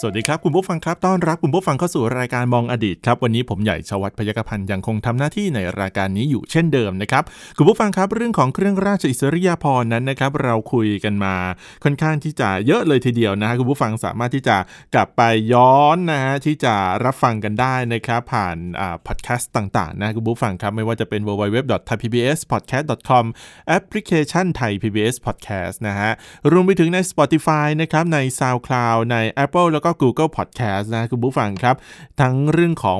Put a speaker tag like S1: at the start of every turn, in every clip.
S1: สวัสดีครับ คุณผู้ฟังครับต้อนรับคุณผู้ฟังเข้าสู่รายการมองอดีตครับ วันนี้ผมใหญ่ชวัฒน์พยกพันธ์ยังคงทำหน้าที่ในรายการนี้อยู่เช่นเดิมนะครับ คุณผู้ฟังครับเรื่องของเครื่องราชอิสริยาภรณ์นั้นนะครับ เราคุยกันมาค่อนข้างที่จะเยอะเลยทีเดียวนะฮะคุณผู้ฟังสามารถที่จะกลับไปย้อนนะฮะที่จะรับฟังกันได้นะครับ ผ่านอ่าพอดแคสต์ต่างๆนะคุณผู้ฟังครับไม่ว่าจะเป็น www.thaipbspodcast.com แอปพลิเคชันไทย PBS Podcast นะฮะ รวมไปถึงใน Spotify นะครับใน SoundCloud ใน Apple แล้วก็ Google Podcast นะคุณผู้ฟังครับ ทั้งเรื่องของ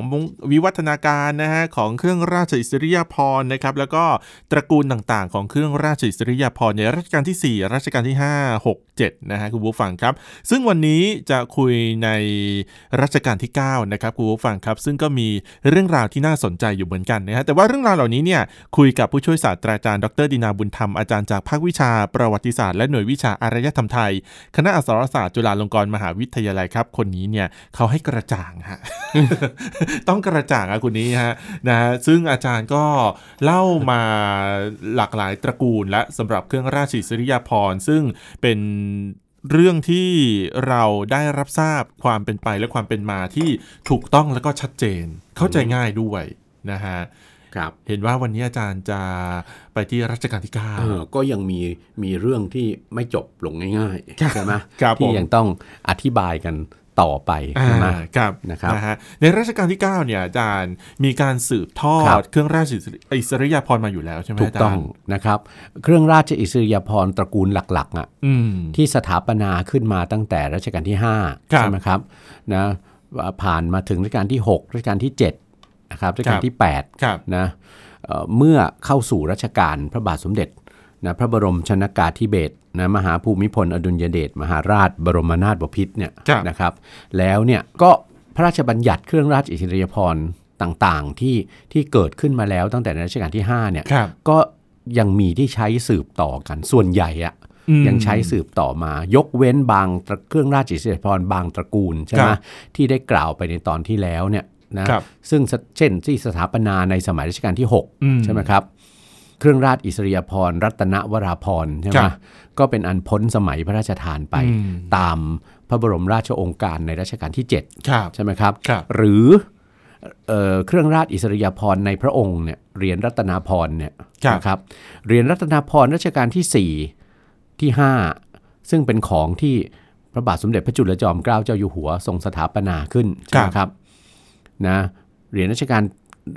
S1: วิวัฒนาการนะฮะของเครื่องราชอิสริยาภรณ์นะครับแล้วก็ตระกูลต่างๆ ของเครื่องราชอิสริยาภรณ์ในรัชกาลที่ 4 รัชกาลที่ 5 6 7 นะฮะคุณผู้ฟังครับ ซึ่งวันนี้จะคุยในรัชกาลที่ 9 นะครับคุณผู้ฟังครับซึ่งก็มีเรื่องราวที่น่าสนใจอยู่เหมือนกันนะฮะแต่ว่าเรื่องราวเหล่านี้เนี่ยคุยกับผู้ช่วยศาสตราจารย์ดรดินาบุญธรรมอาจารย์จากภาควิชาประวัติศาสตร์และหน่วยวิชาอารยธรรมไทย คณะอักษรศาสตร์จุฬาลงกรณ์มหาวิทยาลัยครับ คนนี้เนี่ยเขาให้กระจ่างฮะ ต้องกระจ่างอะคนนี้ฮะนะฮะซึ่งอาจารย์ก็เล่ามาหลากหลายตระกูลและสำหรับเครื่องราชอิสริยาภรณ์ซึ่งเป็นเรื่องที่เราได้รับทราบความเป็นไปและความเป็นมาที่ถูกต้องแล้วก็ชัดเจน เข้าใจง่ายด้วยนะฮะ
S2: ครับ
S1: เห็นว่าวันนี้อาจารย์จะไปที่รัชกาลที่
S2: เออก็ยังมีมีเรื่องที่ไม่จบลงง่ายๆใช่ไหม
S1: ครับผม
S2: ที่ยังต้องอธิบายกันต่อไป
S1: 9อ่า
S2: ใช่ไหม
S1: ครับ
S2: นะครับ
S1: นะฮะในรัชกาลที่ 9 เนี่ยอาจารย์มีการสืบทอ
S2: ครั
S1: ด
S2: บ
S1: เครื่องราชอิสริยาภรณ์มาอยู่แล้วใช่ไหม
S2: ถูก
S1: อาจารย์
S2: ต้องนะครับ เครื่องราชอิสริยาภรณ์ตระกูลหลักๆอะ
S1: อืม
S2: ที่สถาปนาขึ้นมาตั้งแต่รัชกาลที่ 5
S1: ครับ
S2: ใช่ไหมครับนะผ่านมาถึงรัชกาลที่ 6 รัชกาลที่7นะครับรัชกา
S1: ครั
S2: ล
S1: บ
S2: ที่ 8
S1: ครับ
S2: นะเอ่อเมื่อเข้าสู่รัชกาลพระบาทสมเด็จนะพระบรมชนากาธิเบศรนะมหาภูมิพลอดุลยเดชมหาราช บรมนาถบพิตรเนี่ย
S1: ครับ
S2: นะครับ แล้วเนี่ยก็พระราชบัญญัติเครื่องราชอิสริยาภรณ์ต่างๆที่ที่เกิดขึ้นมาแล้วตั้งแต่ในรัชกาลที่5เนี่ย
S1: ครับ
S2: ก็ยังมีที่ใช้สืบต่อกันส่วนใหญ่อะ
S1: อืม
S2: ยังใช้สืบต่อมายกเว้นบางตระเครื่องราชอิสริยาภรณ์บางตระกูลใช่ไหม
S1: ครับ
S2: ที่ได้กล่าวไปในตอนที่แล้วเนี่ยนะครับ ซึ่งสเช่นที่สถาปนาในสมัยรัชกาลที่
S1: อืม
S2: 6 ใช่ไหมครับ เครื่องราชอิสริยาภรณ์รัตนวราภรณ์ใช่ไห
S1: ค
S2: ม
S1: รับ
S2: ก็เป็นอันพ้นสมัยพระราชทานไป
S1: อืม
S2: ตามพระบรมราชโองการในรัชกาลที่ 7
S1: ครับ
S2: ใช่ไหมครับ
S1: ครับ
S2: หรือเอ่อเครื่องราชอิสริยาภรณ์ในพระองค์เนี่ยเหรียญรัตนาภรณ์เนี่ย
S1: ครับ
S2: นะครับเหรียญรัตนาภรณ์รัชกาลที่ 4 ที่ 5 ซึ่งเป็นของที่พระบาทสมเด็จพระจุลจอมเกล้าเจ้าอยู่หัวทรงสถาปนาขึ้นใช่ไหมครับนะเหรียญรัชกาล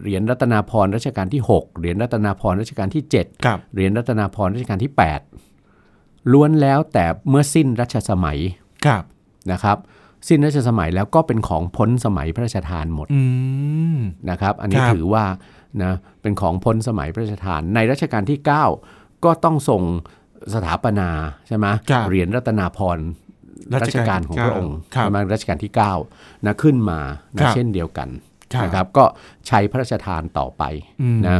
S2: เหรียญรัตนาภรณ์รัชกาลที่ 6 เหรียญรัตนาภรณ์รัชกาลที่ 7
S1: ครับ
S2: เหรียญรัตนาภรณ์รัชกาลที่ 8 ล้วนแล้วแต่เมื่อสิ้นรัชสมัย
S1: ครับ
S2: นะครับสิ้นรัชสมัยแล้วก็เป็นของพ้นสมัยพระราชทานหมด
S1: อืม
S2: นะครับ อันนี้
S1: ครับ
S2: ถือว่านะเป็นของพ้นสมัยพระราชทาน ในรัชกาลที่ 9 ก็ต้องส่งสถาปนาใช่ไหม
S1: ครับ
S2: เหรียญรัตนาภรณ์รัชกาลของพระองค์
S1: ครับ
S2: ประมาณรัชกาลที่9นะขึ้นมา
S1: ค
S2: นะ
S1: รับ
S2: เช่นเดียวกัน
S1: ครับ
S2: นะครับก็ใช้พระราชทานต่อไป
S1: อืม
S2: นะ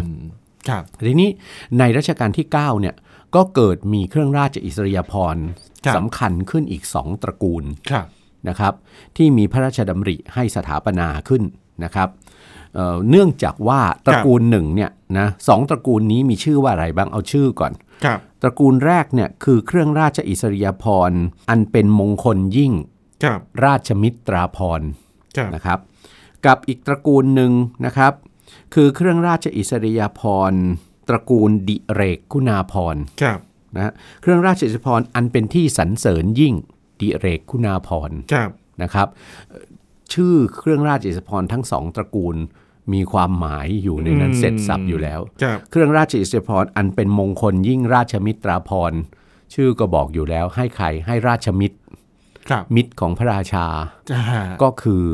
S1: ครับ
S2: ทีนี้ในรัชกาลที่ 9 เนี่ยก็เกิดมีเครื่องราชอิสริยาภรณ์สำคัญขึ้นอีกสองตระกูล
S1: ครับ
S2: นะครับที่มีพระราชดำริให้สถาปนาขึ้นนะครับเอ่อเนื่องจากว่าตระกูลหนึ่งเนี่ยนะสองตระกูลนี้มีชื่อว่าอะไรบ้างเอาชื่อก่อน
S1: ครับ
S2: ตระกูลแรกเนี่ยคือเครื่องราชอิสริยาภรณ์อันเป็นมงคลยิ่ง
S1: ครับ
S2: ราชมิตราภรณ์
S1: ครับ
S2: นะครับ กับอีกตระกูลหนึ่งนะครับ คือเครื่องราชอิสริยาภรณ์ตระกูลดิเรกคุณาภรณ์
S1: ครับ
S2: นะฮะเครื่องราชอิสริยาภรณ์อันเป็นที่สรรเสริญยิ่งดิเรกคุณาภรณ์
S1: ครับ
S2: นะครับเอ่อชื่อเครื่องราชอิสริยาภรณ์ทั้งสองตระกูลมีความหมายอยู่ในนั้น
S1: อืม
S2: เสร็จสับอยู่แล้ว
S1: ครับ
S2: เครื่องราชอิสริยาภรณ์อันเป็นมงคลยิ่งราชมิตราภรณ์ชื่อก็บอกอยู่แล้วให้ใครให้ราชมิตร
S1: ครับ
S2: มิตรของพระราชา
S1: อ่า
S2: ก็คือ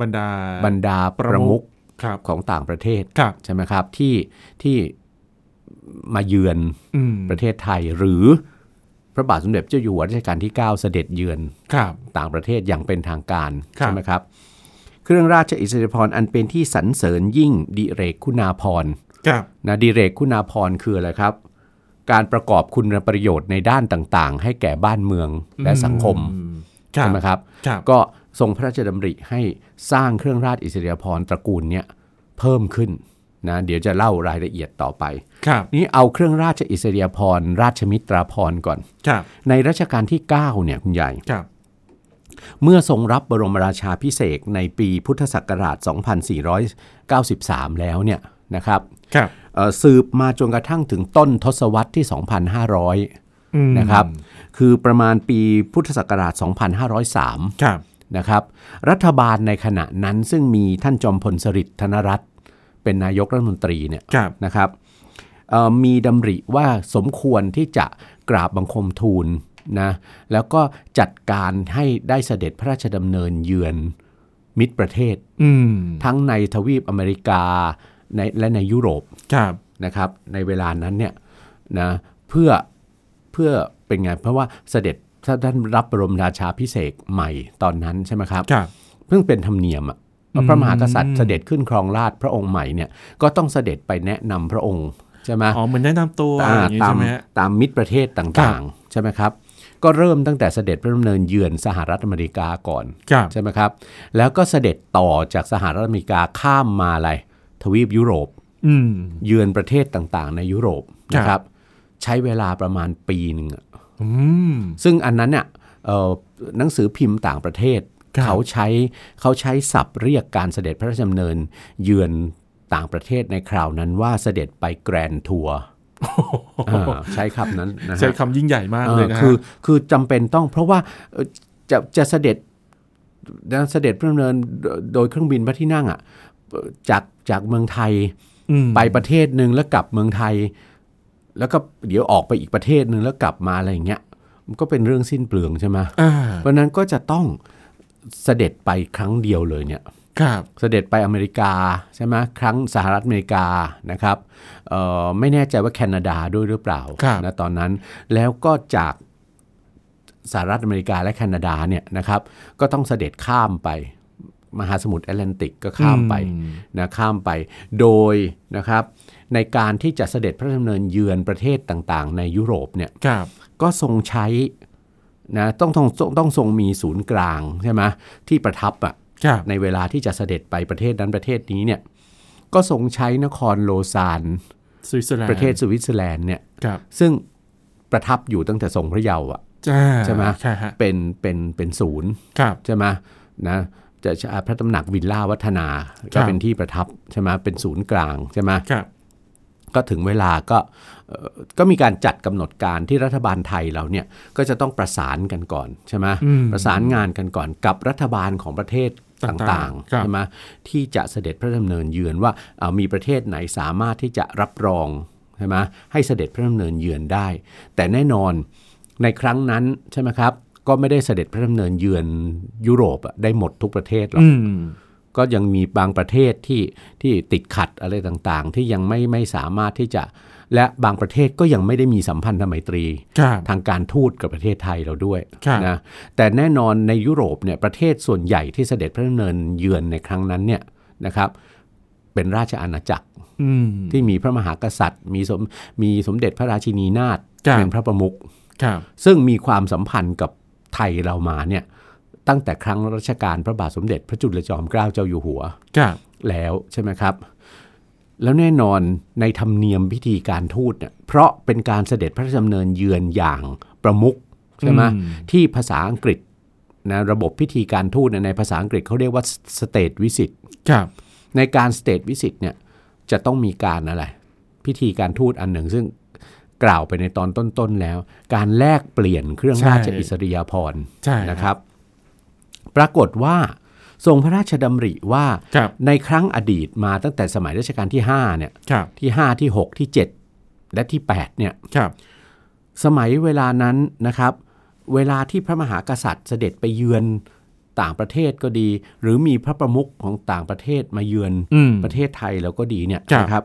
S2: บ
S1: รรดา
S2: บรรดาประมุข
S1: ครับ
S2: ของต่างประเทศ
S1: ครับ
S2: ใช่ไหมครับที่ที่มาเยือน
S1: อืม
S2: ประเทศไทยหรือพระบาทสมเด็จเจ้าอยู่หัวรัชกาลที่ 9 เสด็จเยือน
S1: ครับ
S2: ต่างประเทศอย่างเป็นทางการ
S1: ครับ
S2: ใช่ไหมครับ เครื่องราชอิสริยาภรณ์อันเป็นที่สรรเสริญยิ่งดิเรกคุณาภรณ์
S1: ครับ
S2: นะดิเรกคุณาพรณ์คืออะไรครับ การประกอบคุณประโยชน์ในด้านต่างๆ ให้แก่บ้านเมืองและสังคม
S1: อืครับ
S2: ใช่ไหมครับ
S1: ครับ
S2: ก็ทรงพระราชดำริให้สร้างเครื่องราชอิสริยาภรณ์ตระกูลเนี้ยเพิ่มขึ้นนะเดี๋ยวจะเล่ารายละเอียดต่อไป
S1: ครับ
S2: นี่เอาเครื่องราชอิสริยาภรณ์ราชมิตราภรณ์ก่อน
S1: ครับ
S2: ในรัชกาลที่ 9 เนี่ยคุณใหญ่
S1: ครับ
S2: เมื่อทรงรับบรมราชาพิเศษกในปีพุทธศักราช 2493 แล้วเนี่ยนะครับ
S1: ครับ
S2: เอ่อสืบมาจนกระทั่งถึงต้นทศวรรษที่ 2,500
S1: อืม
S2: นะครับ คือประมาณปีพุทธศักราช 2,503
S1: ครับ
S2: นะครับรัฐบาลในขณะนั้นซึ่งมีท่านจอมพลสฤษดิ์ธนรัตน์เป็นนายกรัฐมนตรีเนี่ย
S1: ครับ
S2: นะครับเอ่อมีดำริว่าสมควรที่จะกราบบังคมทูลนะแล้วก็จัดการให้ได้เสด็จพระราชดำเนินเยือนมิตรประเทศ
S1: อืม
S2: ทั้งในทวีปอเมริกาในและในยุโรป
S1: ครับ
S2: นะครับในเวลานั้นเนี่ยนะเพื่อเพื่อเป็นไงเพราะว่าเสด็จท่านรับบรมราชาพิเศษกใหม่ตอนนั้นใช่ไหมครับ
S1: ครับ
S2: เพิ่งเป็นธรรมเนียมอะว่าพระมหากษัตริย์เสด็จขึ้นครองราชย์พระองค์ใหม่เนี่ยก็ต้องเสด็จไปแนะนำพระองค์ใช่ไหม
S1: อ๋อเหมือนแนะนำตัว
S2: อ่า
S1: อย่างนี้
S2: ตา
S1: ใช่
S2: ม
S1: ไหมฮะ
S2: ตามมิตรประเทศต่างๆใช่ไหมครับ ก็เริ่มตั้งแต่เสด็จพระดำเนินเยือนสหรัฐอเมริกาก่อน
S1: ครับ
S2: ใช่ไหมครับ แล้วก็เสด็จต่อจากสหรัฐอเมริกาข้ามมาอะไรทวีปยุโรป
S1: อืม
S2: เยือนประเทศต่างๆ ในยุโรป
S1: ครับ
S2: นะครับ ใช้เวลาประมาณปีหนึ่งอะ
S1: อืม
S2: ซึ่งอันนั้นเนี่ยเอ่อหนังสือพิมพ์ต่างประเทศ
S1: ครับ
S2: เขาใช้เขาใช้ศัพท์เรียกการเสด็จพระราชดำเนิน เยือนต่างประเทศในคราวนั้นว่าเสด็จไปแกรนทัวร์อ่าใช้คำนั้นนะฮะ
S1: ใช้คำยิ่งใหญ่มากเลยนะ
S2: เออ
S1: ฮะ
S2: คือคือจำเป็นต้องเพราะว่าเอ่อจะจะเสด็จนะเสด็จพระดำเนินโดยโดยเครื่องบินพระที่นั่งอ่ะเอ่อจากจากเมืองไทย
S1: ม
S2: ไปประเทศหนึ่งแล้วกลับเมืองไทย แล้วก็เดี๋ยวออกไปอีกประเทศหนึ่งแล้วกลับมาอะไรอย่างเงี้ยมันก็เป็นเรื่องสิ้นเปลืองใช่ไหม
S1: อ่า
S2: เพราะฉะนั้นก็จะต้องเสด็จไปครั้งเดียวเลยเนี่ย
S1: ครับ
S2: เสด็จไปอเมริกาใช่ไหมครั้งสหรัฐอเมริกานะครับเอ่อไม่แน่ใจว่าแคนาดาด้วยหรือเปล่า
S1: ครับ
S2: นะตอนนั้นแล้วก็จากสหรัฐอเมริกาและแคนาดาเนี่ยนะครับก็ต้องเสด็จข้ามไปมหาสมุทรแอตแลนติกก็ข้ามไป
S1: อืม
S2: นะข้ามไปโดยนะครับในการที่จะเสด็จพระราชดำเนินเยือนประเทศต่างๆ ในยุโรปเนี่ย
S1: ครับ
S2: ก็ทรงใช้นะต้องต้องต้องต้องทรงมีศูนย์กลางใช่ไหมที่ประทับอะ
S1: ครับ
S2: ในเวลาที่จะเสด็จไปประเทศนั้นประเทศนี้เนี่ยก็ทรงใช้นครโลซาน
S1: สวิตเซอร์แลนด์
S2: ประเทศสวิตเซอร์แลนด์เนี่ย
S1: ครับ
S2: ซึ่งประทับอยู่ตั้งแต่ทรงพระเยาว์อะ
S1: จ้า
S2: ใช่ไหม
S1: ใช่ฮะ
S2: เป็นเป็นเป็นศูนย์
S1: ครับ
S2: ใช่ไหมนะจะจะพระตำหนักวิลล่าวัฒนา
S1: ครั
S2: ก็
S1: บ
S2: เป็นที่ประทับใช่ไหมเป็นศูนย์กลางใช่ไหม
S1: ครับ
S2: ก็ถึงเวลาก็เอ่อก็มีการจัดกำหนดการที่รัฐบาลไทยเราเนี่ยก็จะต้องประสานกันก่อนใช่ไหม
S1: อืม
S2: ประสานงานกันก่อนกับรัฐบาลของประเทศต่าง
S1: ครั
S2: ๆ
S1: บ
S2: ใช่ไหมที่จะเสด็จพระดำเนินเยือนว่าเอ่อมีประเทศไหนสามารถที่จะรับรองใช่ไหมให้เสด็จพระดำเนินเยือนได้ แต่แน่นอนในครั้งนั้นใช่ไหมครับก็ไม่ได้เสด็จพระดำเนินเยือนยุโรปอะได้หมดทุกประเทศหรอก
S1: อืม
S2: ก็ยังมีบางประเทศที่ที่ติดขัดอะไรต่างๆ ที่ยังไม่ไม่สามารถที่จะ และบางประเทศก็ยังไม่ได้มีสัมพันธไมตรี
S1: ครับ
S2: ทางการทูตกับประเทศไทยเราด้วย
S1: ครับ
S2: นะแต่แน่นอนในยุโรปเนี่ยประเทศส่วนใหญ่ที่เสด็จพระดำเนินเยือนในครั้งนั้นเนี่ยนะครับเป็นราชอาณาจักร
S1: อืม
S2: ที่มีพระมหากษัตริย์ มีสมมีสมเด็จพระราชินีนาถ
S1: ครับ
S2: เป็นพระประมุข
S1: ครับ
S2: ซึ่งมีความสัมพันธ์กับไทยเรามาเนี่ยตั้งแต่ครั้งรัชกาลพระบาทสมเด็จพระจุลจอมเกล้าเจ้าอยู่หัว
S1: ครับ
S2: แล้วใช่ไหมครับ แล้วแน่นอนในธรรมเนียมพิธีการทูตเนี่ยเพราะเป็นการเสด็จพระราชดำเนินเยือนอย่างประมุขใช่ไหมที่ภาษาอังกฤษนะระบบพิธีการทูตเนี่ยในภาษาอังกฤษเขาเรียกว่า state visit
S1: ครับ
S2: ในการ state visit เนี่ยจะต้องมีการอะไร พิธีการทูตอันหนึ่งซึ่งกล่าวไปในตอนต้นๆแล้ว การแลกเปลี่ยนเครื่องราชอิสริยาภรณ์
S1: ใช่
S2: นะครับ ปรากฏว่าทรงพระราชดำริว่า
S1: ครับ
S2: ในครั้งอดีตมาตั้งแต่สมัยรัชกาลที่5เนี่ย
S1: ครับ
S2: ที่ 5 ที่ 6 ที่ 7 และที่ 8เนี่ย
S1: ครับ
S2: สมัยเวลานั้นนะครับ เวลาที่พระมหากษัตริย์เสด็จไปเยือนต่างประเทศก็ดี หรือมีพระประมุขของต่างประเทศมาเยือน
S1: อืม
S2: ประเทศไทยเราก็ดีเนี่ย
S1: ครับ
S2: นะครับ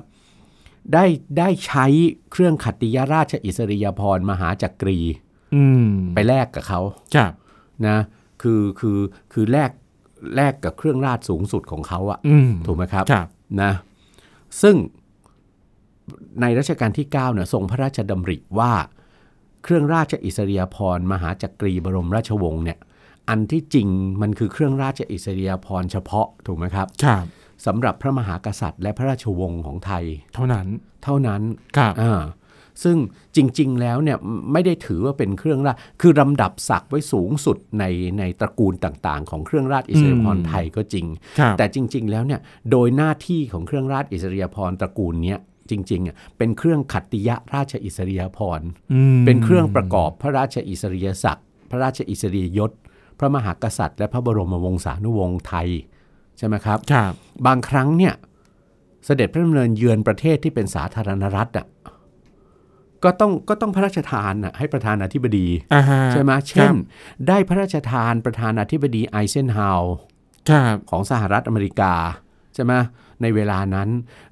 S2: ได้ได้ใช้เครื่องขัตติยราชอิสริยาภรณ์มหาจักรี
S1: อืม
S2: ไปแลกกับเขา
S1: ครับ
S2: นะคือคือคือแลกแลกกับเครื่องราชสูงสุดของเขาอะ
S1: อืม
S2: ถูกไหมครับ
S1: ครับ
S2: นะซึ่ง ในรัชกาลที่9เนี่ยทรงพระราชดำริว่า เครื่องราชอิสริยาภรณ์มหาจักรีบรมราชวงศ์เนี่ยอันที่จริงมันคือเครื่องราชอิสริยาภรณ์เฉพาะถูกไหมครับ
S1: ครับ
S2: สำหรับพระมหากษัตริย์ และพระราชวงศ์ของไทย
S1: เท่านั้น
S2: เท่านั้น
S1: ครับ
S2: อ่าซึ่งจริงๆ แล้วเนี่ยไม่ได้ถือว่าเป็นเครื่องราชคือลำดับศักดิ์ไว้สูงสุดในในตระกูลต่างๆ ของเครื่องราชอิสริยาภร
S1: อื
S2: ณ์
S1: ม
S2: ไทยก็จริง
S1: ครับ
S2: แต่จริง ๆ แล้วเนี่ยโดยหน้าที่ของเครื่องราชอิสริยาภรณ์ตระกูลเนี้ยจริงๆอ่ะเป็นเครื่องขัตติยะราชอิสริยาภรณ์
S1: อืม
S2: เป็นเครื่องประกอบพระราชอิสริยศักดิ์พระราชอิสริยยศ พระมหากษัตริย์ และพระบรมวงศานุวงศ์ไทยใช่ไหมครับ
S1: ครับ
S2: บางครั้งเนี่ยเสด็จพระดำเนินเยือนประเทศที่เป็นสาธารณรัฐอ่ะก็ต้องก็ต้องพระราชทานอ่ะให้ประธานาธิบดี
S1: อ่าฮะ
S2: ใช่ไหมเช่
S1: ครั
S2: น
S1: บ
S2: ได้พระราชทานประธานาธิบดีไอเซนฮาวร์
S1: ครับ
S2: ของสหรัฐอเมริกาใช่ไหมในเวลานั้น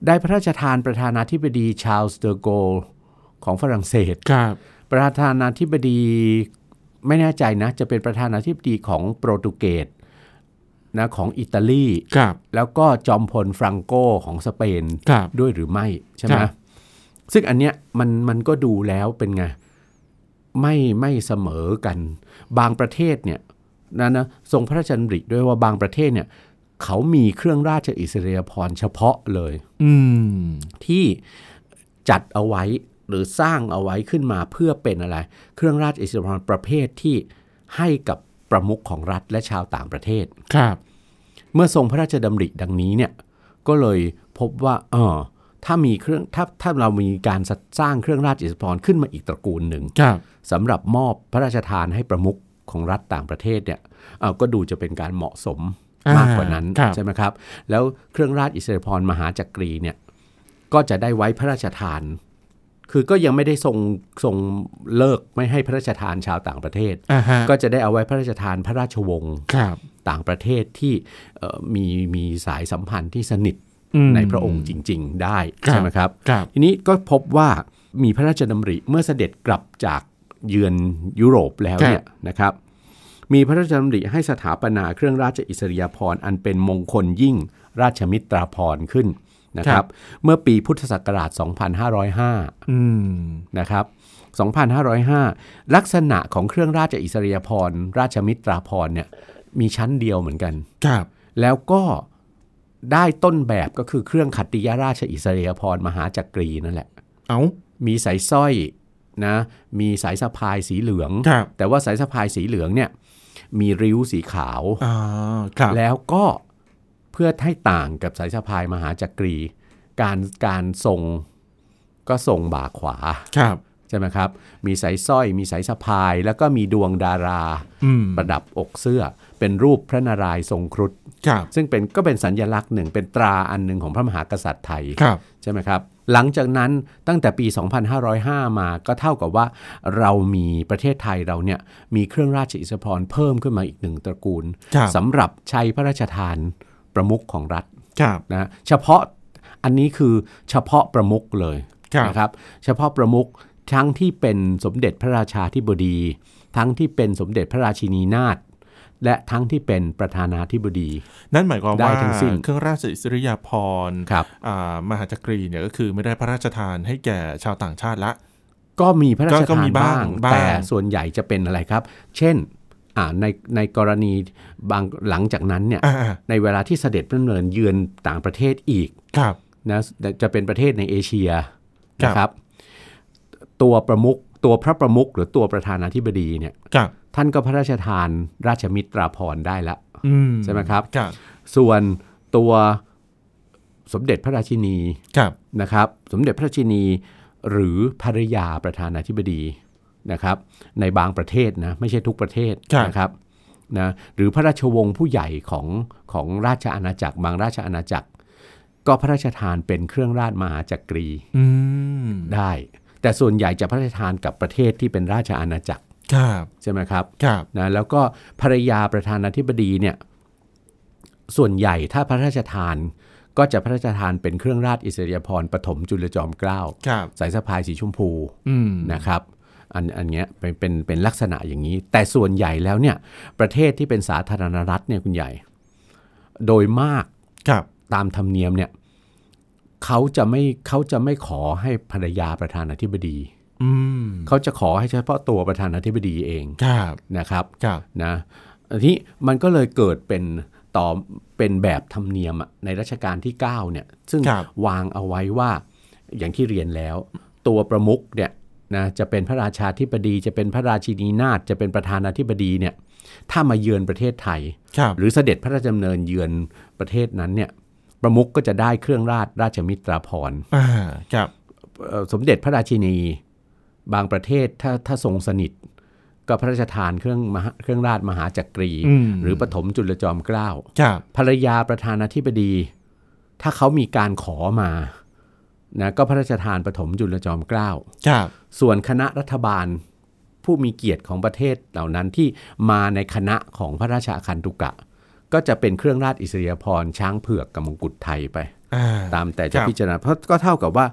S2: ได้พระราชทานประธานาธิบดีชาร์ลส์เดอโกลของฝรั่งเศส
S1: ครับ
S2: ประธานาธิบดีไม่แน่ใจนะ จะเป็นประธานาธิบดีของโปรตุเกสนะของอิตาลี
S1: ครับ
S2: แล้วก็จอมพลฟรังโกของสเปน
S1: ครับ
S2: ด้วยหรือไม่ใช่ไหม
S1: ครับ
S2: ซึ่งอันเนี้ยมันมันก็ดูแล้วเป็นไง ไม่ไม่เสมอกัน บางประเทศเนี่ยนะนะทรงพระราชดำริด้วยว่าบางประเทศเนี่ยเขามีเครื่องราชอิสริยาภรณ์เฉพาะเลย
S1: อืม
S2: ที่จัดเอาไว้หรือสร้างเอาไว้ขึ้นมาเพื่อเป็นอะไร เครื่องราชอิสริยาภรณ์ประเภทที่ให้กับประมุขของรัฐและชาวต่างประเทศ
S1: ครับ
S2: เมื่อทรงพระราชดำริดังนี้เนี่ยก็เลยพบว่าเออถ้ามีเครื่องถ้าถ้าเรามีการสร้างเครื่องราชอิสริยาภรณ์ขึ้นมาอีกตระกูลหนึ่ง
S1: ครับ
S2: สำหรับมอบพระราชทานให้ประมุขของรัฐต่างประเทศเนี่ยเอาก็ดูจะเป็นการเหมาะสมมากกว่านั้น
S1: ครับ
S2: ใช่ไหมครับ แล้วเครื่องราชอิสริยาภรณ์มหาจักรีเนี่ยก็จะได้ไว้พระราชทาน คือก็ยังไม่ได้ทรงทรงเลิกไม่ให้พระราชทานชาวต่างประเทศ
S1: อ่าฮะ
S2: ก็จะได้เอาไว้พระราชทานพระราชวงศ์
S1: ครับ
S2: ต่างประเทศที่เอ่อมีมีสายสัมพันธ์ที่สนิท
S1: อืม
S2: ในพระองค์จริง ๆ ได้
S1: ครับ
S2: ใช่ไหมครับ
S1: ครับ
S2: ทีนี้ก็พบว่ามีพระราชดำริเมื่อเสด็จกลับจากเยือนยุโรปแล้วเนี่ยนะครับ มีพระราชดำริให้สถาปนาเครื่องราชอิสริยาภรณ์อันเป็นมงคลยิ่งราชมิตราภรณ์ขึ้นนะครับ เมื่อปีพุทธศักราช 2505
S1: อืม
S2: นะครับ 2,505 ลักษณะของเครื่องราชอิสริยาภรณ์ราชมิตราภรณ์เนี่ยมีชั้นเดียวเหมือนกัน
S1: ครับ
S2: แล้วก็ได้ต้นแบบก็คือเครื่องขัตติยราชอิสริยาภรณ์มหาจักรีนั่นแหละ
S1: เอา
S2: มีสายสร้อยนะมีสายสะพายสีเหลือง
S1: ครับ
S2: แต่ว่าสายสะพายสีเหลืองเนี่ยมีริ้วสีขาว
S1: อ่าครับ
S2: แล้วก็เพื่อให้ต่างกับสายสะพายมหาจักรี การการทรงก็ทรงบ่าขวา
S1: ครับ
S2: ใช่ไหมครับ มีสายสร้อย มีสายสะพาย แล้วก็มีดวงดารา
S1: อืม
S2: ประดับอกเสื้อ เป็นรูปพระนารายณ์ทรงครุฑ
S1: ครับ
S2: ซึ่งเป็นก็เป็นสัญญลักษณ์หนึ่ง เป็นตราอันหนึ่งของพระมหากษัตริย์ไทย
S1: ครับ
S2: ใช่ไหมครับ หลังจากนั้นตั้งแต่ปี 2505 มาก็เท่ากับว่าเรามีประเทศไทยเราเนี่ยมีเครื่องราชอิสริยาภรณ์เพิ่มขึ้นมาอีกหนึ่งตระกูล
S1: ครับ
S2: สำหรับใช้พระราชทานประมุขของรัฐ
S1: ครับ
S2: นะเฉพาะอันนี้คือเฉพาะประมุขเลย
S1: ครับ
S2: นะครับ เฉพาะประมุขทั้งที่เป็นสมเด็จพระราชาธิบดี ทั้งที่เป็นสมเด็จพระราชินีนาถและทั้งที่เป็นประธานาธิบดี
S1: นั่นหมายความ
S2: ได้
S1: ว่า
S2: ทั้งสิ้น
S1: เครื่องราชอิสริยาภรณ์
S2: ครับ
S1: อ่ามหาจักรีเนี่ยก็คือไม่ได้พระราชทานให้แก่ชาวต่างชาติละ
S2: ก็มีพระราช
S1: ก็ก็
S2: ทา
S1: มี
S2: น
S1: บ้า
S2: บ้าง ง
S1: บ้าง
S2: แต่ส่วนใหญ่จะเป็นอะไรครับ เช่นอ่าในในกรณีบางหลังจากนั้นเนี่ย
S1: อ่า
S2: ในเวลาที่เสด็จพระดำเนินเยือนต่างประเทศอีก
S1: ๆครับ
S2: นะจะเป็นประเทศในเอเชีย
S1: ครับ
S2: นะครับ ตัวประมุขตัวพระประมุขหรือตัวประธานาธิบดีเนี่ย
S1: ครับ
S2: ท่านก็พระราชทานราชมิตราภรณ์ได้ละ
S1: อืม
S2: ใช่ไหมครับ
S1: ครับ
S2: ส่วนตัวสมเด็จพระราชินี
S1: ครับ
S2: นะครับ สมเด็จพระราชินีหรือภรรยาประธานาธิบดีนะครับ ในบางประเทศนะไม่ใช่ทุกประเทศนะครับนะหรือพระราชวงศ์ผู้ใหญ่ของของราชอาณาจักรบางราชอาณาจักร ก็พระราชทานเป็นเครื่องราชมหาจักรี
S1: อืม
S2: ได้ แต่ส่วนใหญ่จะพระราชทานกับประเทศที่เป็นราชอาณาจักร
S1: ครับ
S2: ใช่ไหมครับ
S1: ครับ
S2: นะแล้วก็ภรรยาประธานาธิบดีเนี่ยส่วนใหญ่ถ้าพระราชทานก็จะพระราชทานเป็นเครื่องราชอิสริยาภรณ์ปฐมจุลจอมเกล้า
S1: ครับ
S2: สายสะพายสีชมพู
S1: อืม
S2: นะครับอันอันเนี้ยเป็นเป็นเป็นลักษณะอย่างนี้ แต่ส่วนใหญ่แล้วเนี่ยประเทศที่เป็นสาธารณรัฐเนี่ยคุณใหญ่ โดยมาก
S1: ครับ
S2: ตามธรรมเนียมเนี่ย เขาจะไม่เขาจะไม่ขอให้ภรรยาประธานาธิบดี
S1: อืม
S2: เขาจะขอให้เฉพาะตัวประธานาธิบดีเอง
S1: ครับ
S2: นะครับ
S1: ครับ
S2: นะอันนี้มันก็เลยเกิดเป็นต่อเป็นแบบธรรมเนียมอะในรัชกาลที่ 9 เนี่ย ซึ่ง
S1: ครับ
S2: วางเอาไว้ว่าอย่างที่เรียนแล้ว ตัวประมุขเนี่ยนะจะเป็นพระราชาธิบดีจะเป็นพระราชินีนาถจะเป็นประธานาธิบดีเนี่ยถ้ามาเยือนประเทศไทย
S1: ครับ
S2: หรือเสด็จพระราชดำเนินเยือนประเทศนั้นเนี่ยประมุขก็จะได้เครื่องราชราชมิตราภรณ์
S1: อ่าครับ
S2: เอ่อสมเด็จพระราชินี บางประเทศถ้าถ้าทรงสนิท ก็พระราชทานเครื่องมหาเครื่องราชมหาจักรี
S1: ม
S2: หรือปฐมจุลจอมเกล้า
S1: ครับ
S2: ภรรยาประธานาธิบดี ถ้าเขามีการขอมานะก็พระราชทานปฐมจุลจอมเกล้า
S1: ครับ
S2: ส่วนคณะรัฐบาลผู้มีเกียรติของประเทศเหล่านั้นที่มาในคณะของพระราชาคันตุกะ ก็จะเป็นเครื่องราชอิสริยาภรณ์ช้างเผือกกับมงกุฎไทยไป
S1: อ่า
S2: ตามแต่
S1: ค
S2: จะ
S1: รับ
S2: พิจารณาเพราะก็เท่ากับว่า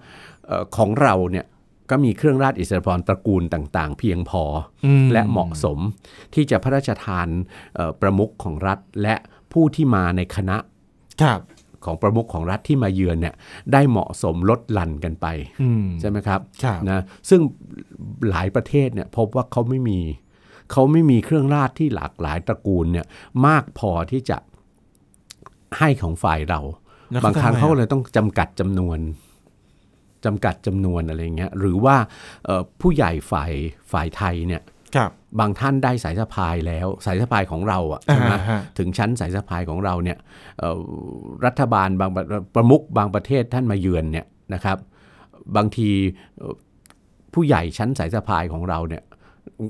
S2: เอ่อของเราเนี่ยก็มีเครื่องราชอิสริยาภรณ์ตระกูลต่างๆ เพียงพอ
S1: อืม
S2: และเหมาะสมที่จะพระราชทานเอ่อประมุขของรัฐ และผู้ที่มาในคณะ
S1: ครับ
S2: ของประมุขของรัฐที่มาเยือนเนี่ยได้เหมาะสมลดหลั่นกันไป
S1: อืม
S2: ใช่ไหมครับ
S1: ครับ
S2: นะซึ่งหลายประเทศเนี่ยพบว่าเขาไม่มีเขาไม่มีเครื่องราชที่หลากหลายตระกูลเนี่ยมากพอที่จะให้ของฝ่ายเรา
S1: แล้ว
S2: บางครั้
S1: ทำ
S2: ง
S1: ไม
S2: เขา
S1: อะ
S2: เลยต้องจำกัดจำนวนจำกัดจำนวนอะไรอย่างเงี้ยหรือว่าเอ่อผู้ใหญ่ฝ่ายฝ่ายไทยเนี่ย
S1: ครับ
S2: บางท่านได้สายสะพายแล้ว สายสะพายของเราอะใช่ไหม
S1: อ่าฮะ
S2: ถึงชั้นสายสะพายของเราเนี่ยเอ่อรัฐบาลบางประประมุขบางประเทศท่านมาเยือนเนี่ยนะครับ บางทีเอ่อผู้ใหญ่ชั้นสายสะพายของเราเนี่ย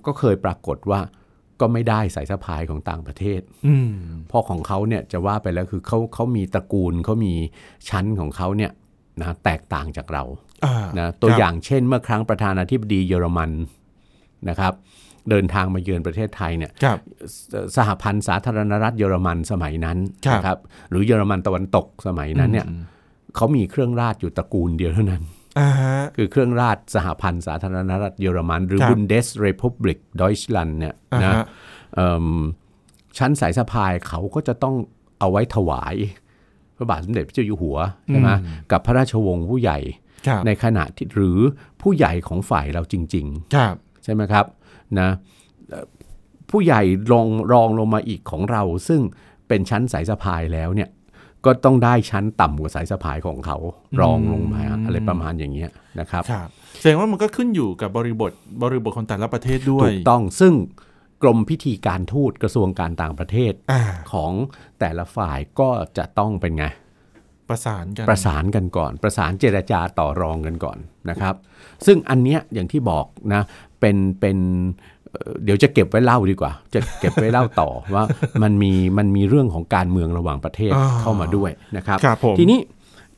S2: ก็เคยปรากฏว่าก็ไม่ได้สายสะพายของต่างประเทศ
S1: อืม
S2: เพราะของเขาเนี่ยจะว่าไปแล้วคือเขาเขามีตระกูลเขามีชั้นของเขาเนี่ยนะแตกต่างจากเรา
S1: อ่า
S2: นะตัว
S1: ครับ
S2: อย่างเช่นเมื่อครั้งประธานาธิบดีเยอรมันนะครับ เดินทางมาเยือนประเทศไทยเนี่ย
S1: ครับ
S2: สสหพันธ์สาธารณรัฐเยอรมันสมัยนั้น
S1: ครับ
S2: นะครับหรือเยอรมันตะวันตกสมัยนั้นเนี่ยเขามีเครื่องราชอยู่ตระกูลเดียวเท่านั้น
S1: อ่าฮะ
S2: คือเครื่องราชสหพันธ์สาธารณรัฐเยอรมัน หรือ
S1: ครับ
S2: บุนเดสเรพ b บลิกดอยช์แลนด์เนี่ย
S1: อ่า
S2: นะ
S1: ฮะ
S2: เอิ่มชั้นสายสะพายเขาก็จะต้องเอาไว้ถวาย พระบาทสมเด็จพระเจ้าอยู่หัวใช่ไหมกับพระราชวงศ์ผู้ใหญ่
S1: ครับ
S2: ในขณะที่หรือผู้ใหญ่ของฝ่ายเราจริง
S1: ครับ
S2: ๆ ใช่ไหมครับนะเอ่อผู้ใหญ่รองรองลงมาอีกของเรา ซึ่งเป็นชั้นสายสะพายแล้วเนี่ยก็ต้องได้ชั้นต่ำกว่าสายสะพายของเขารองลงมาอะไรประมาณอย่างเงี้ยนะครับ
S1: ครับแสดงว่ามันก็ขึ้นอยู่กับบริบทบริบทของแต่ละประเทศด้วย
S2: ถูกต้องซึ่งกรมพิธีการทูตกระทรวงการต่างประเทศ
S1: อ่า
S2: ของแต่ละฝ่ายก็จะต้องเป็นไง
S1: ประสานกัน
S2: ประสานกันก่อน ประสานเจรจาต่อรองกันก่อนนะครับ ซึ่งอันเนี้ยอย่างที่บอกนะเป็นเป็นเอ่อเดี๋ยวจะเก็บไว้เล่าดีกว่า จะเก็บไว้เล่าต่อ ว่ามันมีมันมีเรื่องของการเมืองระหว่างประเทศเข้ามาด้วยนะครับ
S1: ครับผม
S2: ทีนี้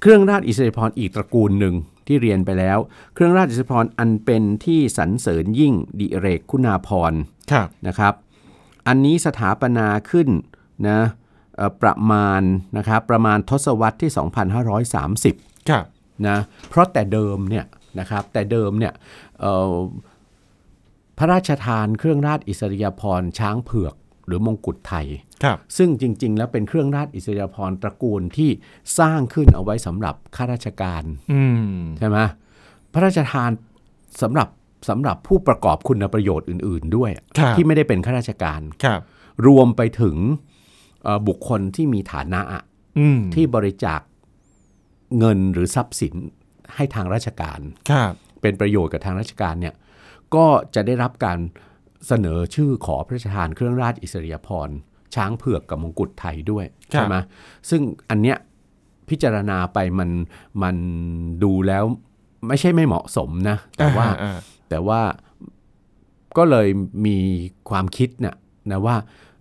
S2: เครื่องราชอิสริยาภรณ์อีกตระกูลหนึ่งที่เรียนไปแล้ว เครื่องราชอิสริยาภรณ์อันเป็นที่สรรเสริญยิ่งดิเรกคุณาภรณ์
S1: ครับ
S2: นะครับอันนี้สถาปนาขึ้นนะเอ่อประมาณนะครับประมาณทศวรรษที่ 2530
S1: ครับ
S2: นะเพราะแต่เดิมเนี่ยนะครับแต่เดิมเนี่ยเอ่อพระราชทานเครื่องราชอิสริยาภรณ์ช้างเผือกหรือมงกุฎไทย
S1: ครับ
S2: ซึ่งจริง ๆ แล้วเป็นเครื่องราชอิสริยาภรณ์ตระกูลที่สร้างขึ้นเอาไว้สำหรับข้าราชการ
S1: อืม
S2: ใช่ไหมพระราชทานสำหรับสำหรับผู้ประกอบคุณประโยชน์อื่น ๆ ด้วย
S1: ครับ
S2: ที่ไม่ได้เป็นข้าราชการ
S1: ครับ
S2: รวมไปถึงเอ่อบุคคลที่มีฐานะอะ
S1: อืม
S2: ที่บริจาคเงินหรือทรัพย์สินให้ทางราชการ
S1: ครับ
S2: เป็นประโยชน์กับทางราชการเนี่ยก็จะได้รับการเสนอชื่อขอพระราชทานเครื่องราชอิสริยาภรณ์ช้างเผือกกับมงกุฎไทยด้วย
S1: ครับ
S2: ใช่ไหมซึ่งอันเนี้ยพิจารณาไปมันมันดูแล้วไม่ใช่ไม่เหมาะสมนะ แต่ว่า
S1: อ่อ่
S2: แต่ว่าก็เลยมีความคิดนะนะว่า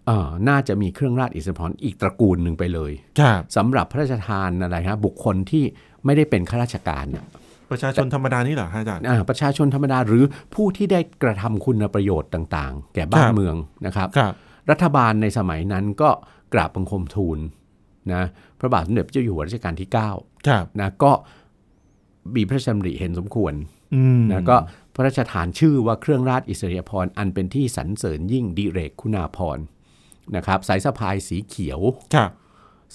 S2: เอ่อน่าจะมีเครื่องราชอิสริยาภรณ์อีกตระกูลหนึ่งไปเลย
S1: ครับ
S2: สำหรับพระราชทานอะไรฮะบุคคลที่ไม่ได้เป็นข้าราชการนะ
S1: ประชาชนธรรมดานี่เหรอฮะอาจารย์
S2: อ่าประชาชนธรรมดาหรือผู้ที่ได้กระทำคุณประโยชน์ต่างๆ แก่
S1: คน รั
S2: บ้า
S1: บ
S2: เมืองนะครับ
S1: ครับ
S2: รัฐบาลในสมัยนั้นก็กราบบังคมทูลนะพระบาทสมเด็จพระเจ้าอยู่หัวรัชกาลที่9
S1: ครับ
S2: นะก็มีพระราชดำริเห็นสมควร
S1: อืม
S2: นะก็พระราชทานชื่อว่าเครื่องราชอิสริยาภรณ์อันเป็นที่สรรเสริญยิ่งดิเรกคุณาภรณ์นะครับสายสะพายสีเขียว
S1: ครับ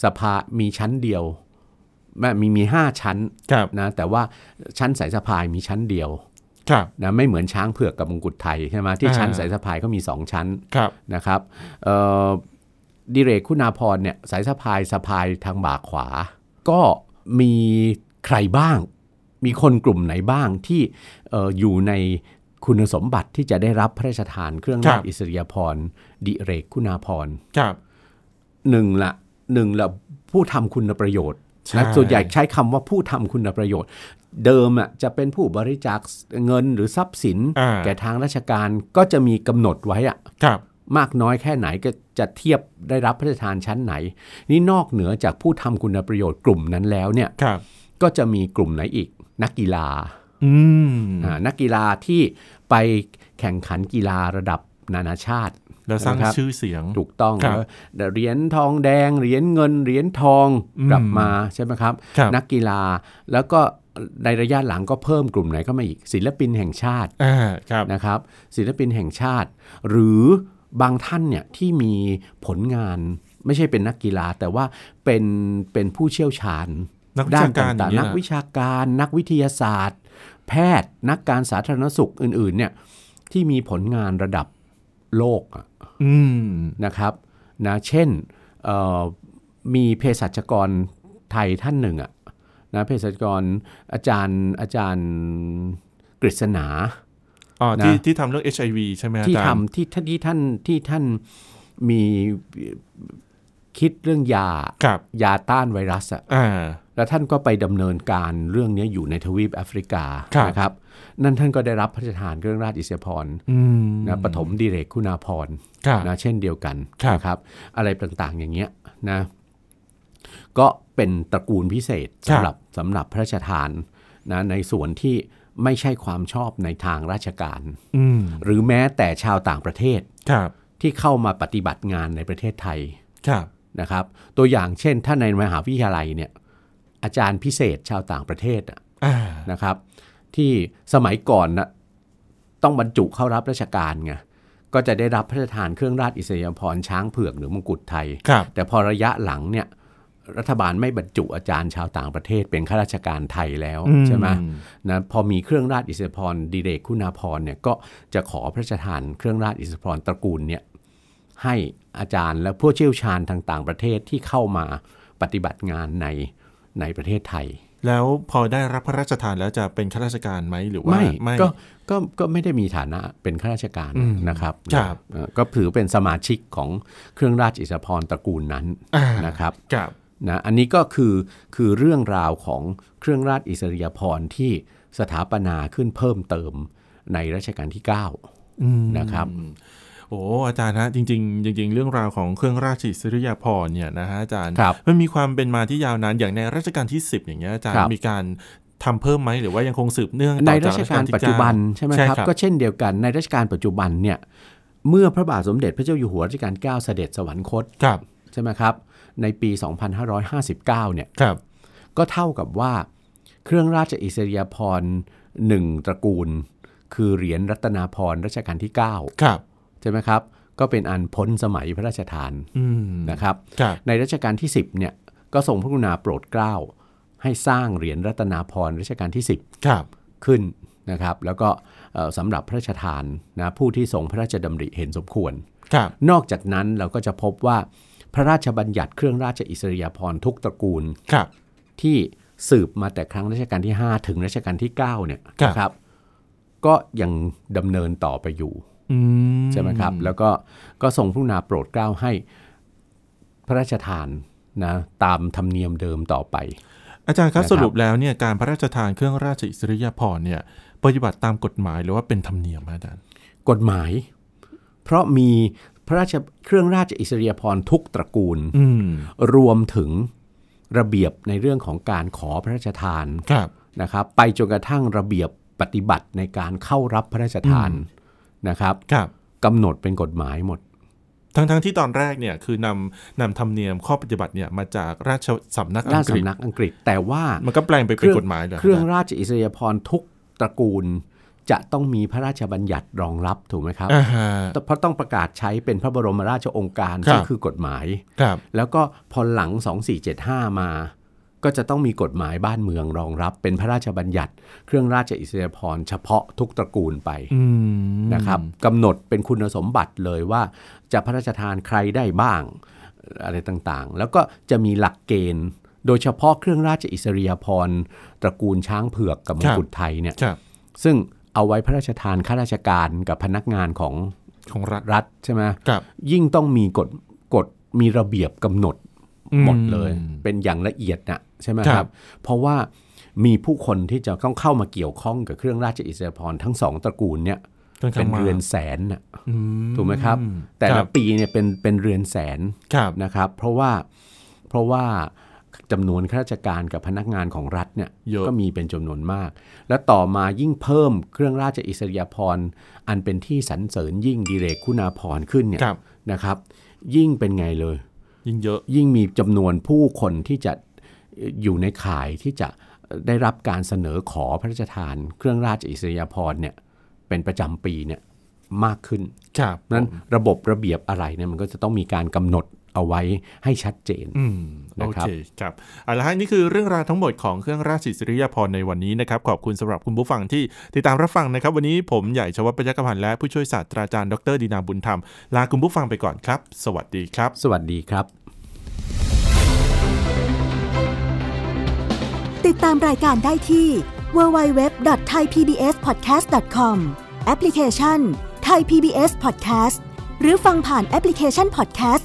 S2: สะพามีชั้นเดียว มันมีมีห้าชั้น
S1: ครับ
S2: นะแต่ว่าชั้นสายสะพายมีชั้นเดียว
S1: ครับ
S2: นะไม่เหมือนช้างเผือกกับมงกุฎไทยใช่ไหมที่
S1: อ่า
S2: ชั้นสายสะพายก็มีสองชั้น
S1: ครับ
S2: นะครับเอ่อดิเรกคุณาพรเนี่ยสายสะพายสะพายทางบ่าขวา ก็มีใครบ้าง มีคนกลุ่มไหนบ้างที่เอออยู่ในคุณสมบัติที่จะได้รับพระราชทานเครื่อง
S1: ครั
S2: รา
S1: บ
S2: ชอิสริยาภรณ์ดิเรกคุณาพรณ์
S1: ครับ
S2: หนึ่งละหนึ่งละผู้ทำคุณประโยชน์
S1: ใช่
S2: นะส่วนใหญ่ใช้คำว่าผู้ทำคุณประโยชน์ เดิมอ่ะจะเป็นผู้บริจาคเงินหรือทรัพย์สิน
S1: อ่า
S2: แก่ทางราชการก็จะมีกำหนดไว้อะ
S1: ครับ
S2: มากน้อยแค่ไหนก็จะเทียบได้รับพระราชทานชั้นไหน นี่นอกเหนือจากผู้ทำคุณประโยชน์กลุ่มนั้นแล้วเนี่ย
S1: ครับ
S2: ก็จะมีกลุ่มไหนอีก นักกีฬา
S1: อืม
S2: อ่านักกีฬาที่ไปแข่งขันกีฬาระดับนานาชาติ
S1: แล้วสร้าง
S2: นะครับ
S1: ชื่อเสียง
S2: ถูกต้อง
S1: ครับ
S2: แล้วเหรียญทองแดง เหรียญเงิน เหรียญทอง
S1: อืม
S2: กลับมาใช่ไหมครับ
S1: ครับ
S2: นักกีฬาแล้วก็ในระยะหลังก็เพิ่มกลุ่มไหนเข้ามาอีก ศิลปินแห่งชาติ
S1: อ่าครับ
S2: นะครับศิลปินแห่งชาติ หรือบางท่านเนี่ยที่มีผลงานไม่ใช่เป็นนักกีฬา แต่ว่าเป็นเป็นผู้เชี่ยวชาญ
S1: นักวิ
S2: ด้า
S1: ชาน การอ
S2: ต่า
S1: ย่างง
S2: ๆ
S1: เงี้
S2: นั
S1: ย
S2: ก
S1: นะ
S2: วิชาการ นักวิทยาศาสตร์ แพทย์ นักการสาธารณสุขอื่นๆเนี่ยที่มีผลงานระดับโลกอะ
S1: อืม
S2: นะครับนะเช่นเอ่อมีเภสัชกรไทยท่านหนึ่งอะนะเภสัชกรอาจารย์อาจารย์กฤษณา
S1: อ๋อ
S2: นะ
S1: ที่ที่ทำเรื่อง HIV ใช่ไหมอา
S2: ที่
S1: จารย์
S2: ทำที่ท่านที่ท่านที่ท่านมีคิดเรื่องยา
S1: ครับ
S2: ยาต้านไวรัสอะ
S1: อ่า
S2: แล้วท่านก็ไปดำเนินการเรื่องเนี้ยอยู่ในทวีปแอฟริกา
S1: ครับ
S2: นะครับนั่นท่านก็ได้รับพระราชทานเครื่องราชอิสริยาภรณ์
S1: อืม
S2: นะปฐมดิเรกคุณาภรณ์
S1: ครับ
S2: นะเช่นเดียวกัน
S1: ครับ
S2: นะครับอะไรต่างๆอย่างเงี้ยนะก็เป็นตระกูลพิเศษสำหรับสำหรับพระราชทานนะในส่วนที่ไม่ใช่ความชอบในทางราชการ
S1: อืม
S2: หรือแม้แต่ชาวต่างประเทศ
S1: ครับ
S2: ที่เข้ามาปฏิบัติงานในประเทศไทย
S1: ครับ
S2: นะครับ ตัวอย่างเช่น ถ้าในมหาวิทยาลัยเนี่ยอาจารย์พิเศษชาวต่างประเทศอะ
S1: อ่า
S2: นะครับ ที่สมัยก่อนนะต้องบรรจุเข้ารับราชการไงก็จะได้รับพระราชทานเครื่องราชอิสริยาภรณ์ช้างเผือกหรือมงกุฎไทย
S1: ครับ
S2: แต่พอระยะหลังเนี่ยรัฐบาลไม่บรรจุอาจารย์ชาวต่างประเทศเป็นข้าราชการไทยแล้ว
S1: อื
S2: ใช่ไหมนะพอมีเครื่องราชอิสริยาภรณ์ดิเรกคุณาภรณ์เนี่ยก็จะขอพระราชทานเครื่องราชอิสริยาภรณ์ตระกูลเนี่ยให้อาจารย์และผู้เชี่ยวชาญทางต่างประเทศที่เข้ามาปฏิบัติงานในในประเทศไทย
S1: แล้วพอได้รับพระราชทานแล้วจะเป็นข้าราชการไหมหรือว่า
S2: ไม่ก็ก็ก็ไม่ได้มีฐานะเป็นข้าราชการ
S1: อืม
S2: นะครับ
S1: ครับ
S2: เอ่อก็ถือเป็นสมาชิกของเครื่องราชอิสริยาภรณ์ตระกูลนั้น
S1: อ่า
S2: นะครับ
S1: ครับ
S2: นะอันนี้ก็คือคือเรื่องราวของเครื่องราชอิสริยาภรณ์ที่สถาปนาขึ้นเพิ่มเติมในรัชกาลที่ 9
S1: อืม
S2: นะครับ
S1: โอ้อาจารย์ฮะจริงๆจริง ๆ เรื่องราวของเครื่องราชอิสริยาภรณ์เนี่ยนะฮะอาจารย์
S2: ครับ
S1: มันมีความเป็นมาที่ยาวนานอย่างในรัชกาลที่ 10 อย่างเงี้ยอาจารย์
S2: ครับ
S1: มีการทำเพิ่มไหมหรือว่ายังคงสืบเนื่อง
S2: ใน
S1: ต่อจ
S2: รัชกาล
S1: ที่
S2: ปัจจุบันใช่ไหมครับ
S1: ก็
S2: ก็เช่นเดียวกันในรัชกาลปัจจุบันเนี่ยเมื่อพระบาทสมเด็จพระเจ้าอยู่หัวรัชกาลที่เก้าเสด็จสวรรคต
S1: ครับ
S2: ใช่ไหมครับในปี 2559เนี่ย
S1: ครับ
S2: ก็เท่ากับว่าเครื่องราชอิสริยาภรณ์หนึ่งตระกูล คือเหรียญรัตนาภรณ์รัชกาลที่เก้า
S1: ครับ
S2: ใช่ไหมครับก็เป็นอันพ้นสมัยพระราชทาน
S1: อืม
S2: นะครับ
S1: ครับ
S2: ในรัชกาลที่ 10เนี่ยก็ทรงพระกรุณาโปรดเกล้า ให้สร้างเหรียญรัตนาภรณ์รัชกาลที่
S1: ครับ
S2: 10 ขึ้นนะครับ แล้วก็เอ่อสำหรับพระราชทานนะผู้ที่ทรงพระราชดำริเห็นสมควร
S1: ครับ
S2: นอกจากนั้นเราก็จะพบว่าพระราชบัญญัติเครื่องราชอิสริยาภรณ์ทุกตระกูล
S1: ครับ
S2: ที่สืบมาแต่ครั้งรัชกาลที่ 5 ถึงรัชกาลที่9เนี่ย
S1: ครับ
S2: นะครับ ก็ยังดำเนินต่อไปอยู่
S1: อืม
S2: ใช่ไหมครับแล้วก็ก็ทรงพระกรุณาโปรดเกล้าให้พระราชทานนะตามธรรมเนียมเดิมต่อไป
S1: อาจารย์ครับ
S2: นะครับ
S1: สรุปแล้วเนี่ยการพระราชทานเครื่องราชอิสริยาภรณ์เนี่ยปฏิบัติตามกฎหมายหรือว่าเป็นธรรมเนียมอาจารย์
S2: กฎหมาย เพราะมีพระราชเครื่องราชอิสริยาภรณ์ทุกตระกูล
S1: อืม
S2: รวมถึงระเบียบในเรื่องของการขอพระราชทาน
S1: ครับ
S2: นะครับ ไปจนกระทั่งระเบียบปฏิบัติในการเข้ารับพระราชทานนะครับ
S1: ครับ
S2: กำหนดเป็นกฎหมายหมด
S1: ทั้งๆที่ตอนแรกเนี่ยคือนำนำธรรมเนียมข้อปฏิบัติเนี่ยมาจากราชสำนักอั
S2: ด้าง น
S1: กฤษ
S2: สำนักอังกฤษแต่ว่า
S1: มันก็แปลงไปเป็นกฎหมายเลย
S2: เครื่องราชอิสริยาภรณ์ทุกตระกูล จะต้องมีพระราชบัญญัติรองรับถูกไหมครับ
S1: อ่าฮะ
S2: เพราะต้องประกาศใช้เป็นพระบรมราชโองการ
S1: ครับ
S2: ซึ่งคือกฎหมาย
S1: ครับ
S2: แล้วก็พอหลัง 2475 มา ก ก็จะต้องมีกฎหมายบ้านเมืองรองรับ เป็นพระราชบัญญัติ เครื่องราชอิสริยาภรณ์เฉพาะทุกตระกูลไป
S1: อืม
S2: นะครับกำหนดเป็นคุณสมบัติเลยว่าจะพระราชทานใครได้บ้างเอ่ออะไรต่างๆ แล้วก็จะมีหลักเกณฑ์ โดยเฉพาะเครื่องราชอิสริยาภรณ์ตระกูลช้างเผือกกับมง
S1: ครับ
S2: กุฎไทยเนี่ย
S1: ครับ
S2: ซึ่งเอาไว้พระราชทานข้าราชการกับพนักงานของ
S1: ของรัฐ
S2: รัฐใช่ไหม
S1: ครับ
S2: ยิ่งต้องมีกฎกฎมีระเบียบกำหนด
S1: อืม
S2: หมดเลยเป็นอย่างละเอียดนะใช่ไหม
S1: ครับ
S2: ครับ เพราะว่ามีผู้คนที่จะต้องเข้ามาเกี่ยวข้องกับเครื่องราชอิสริยาภรณ์ทั้งสองตระกูลเนี่ย
S1: ค่อนข้า
S2: เป็
S1: ง
S2: น
S1: มา
S2: เรือนแสนน่ะ
S1: อื
S2: ถูกไหมครับ แต่
S1: ค
S2: ละ
S1: รับ
S2: ปีเนี่ยเป็นเป็นเรือนแสน
S1: ครับ
S2: นะครับ เพราะว่าเพราะว่าจำนวนข้าราชการกับพนักงานของรัฐเนี่ย
S1: เยอะ
S2: ก็มีเป็นจำนวนมาก และต่อมายิ่งเพิ่มเครื่องราชอิสริยาภรณ์อันเป็นที่สรรเสริญยิ่งดีเรกคุณาภรณ์ขึ้นเนี่ย
S1: ครับ
S2: นะครับ ยิ่งเป็นไงเลย
S1: ยิ่งเยอะ
S2: ยิ่งมีจำนวนผู้คนที่จะเอ่ออยู่ในข่ายที่จะเอ่อได้รับการเสนอขอพระราชทาน เครื่องราชอิสริยาภรณ์เนี่ยเป็นประจำปีเนี่ยมากขึ้น
S1: ครับ
S2: นั้นระบบระเบียบอะไรเนี่ยมันก็จะต้องมีการกำหนดเอาไว้ให้ชัดเจน
S1: อืมโอ
S2: นะครั
S1: เค
S2: บ
S1: ครับเอาละฮะนี่คือเรื่องราวทั้งหมดของเครื่องราชอิสริยาภรณ์ในวันนี้นะครับ ขอบคุณสำหรับคุณผู้ฟังที่ติดตามรับฟังนะครับ วันนี้ผมใหญ่ชวัฒน์ปัญญากพันธ์และผู้ช่วยศาสตราจารย์ดรดีนาบุญธรรม ลาคุณผู้ฟังไปก่อนครับ สวัสดีครับ
S2: สวัสดีครับ
S3: ติดตามรายการได้ที่ www.thaipbspodcast.com แอปพลิเคชัน Thai PBS Podcast หรือฟังผ่านแอปพลิเคชัน Podcast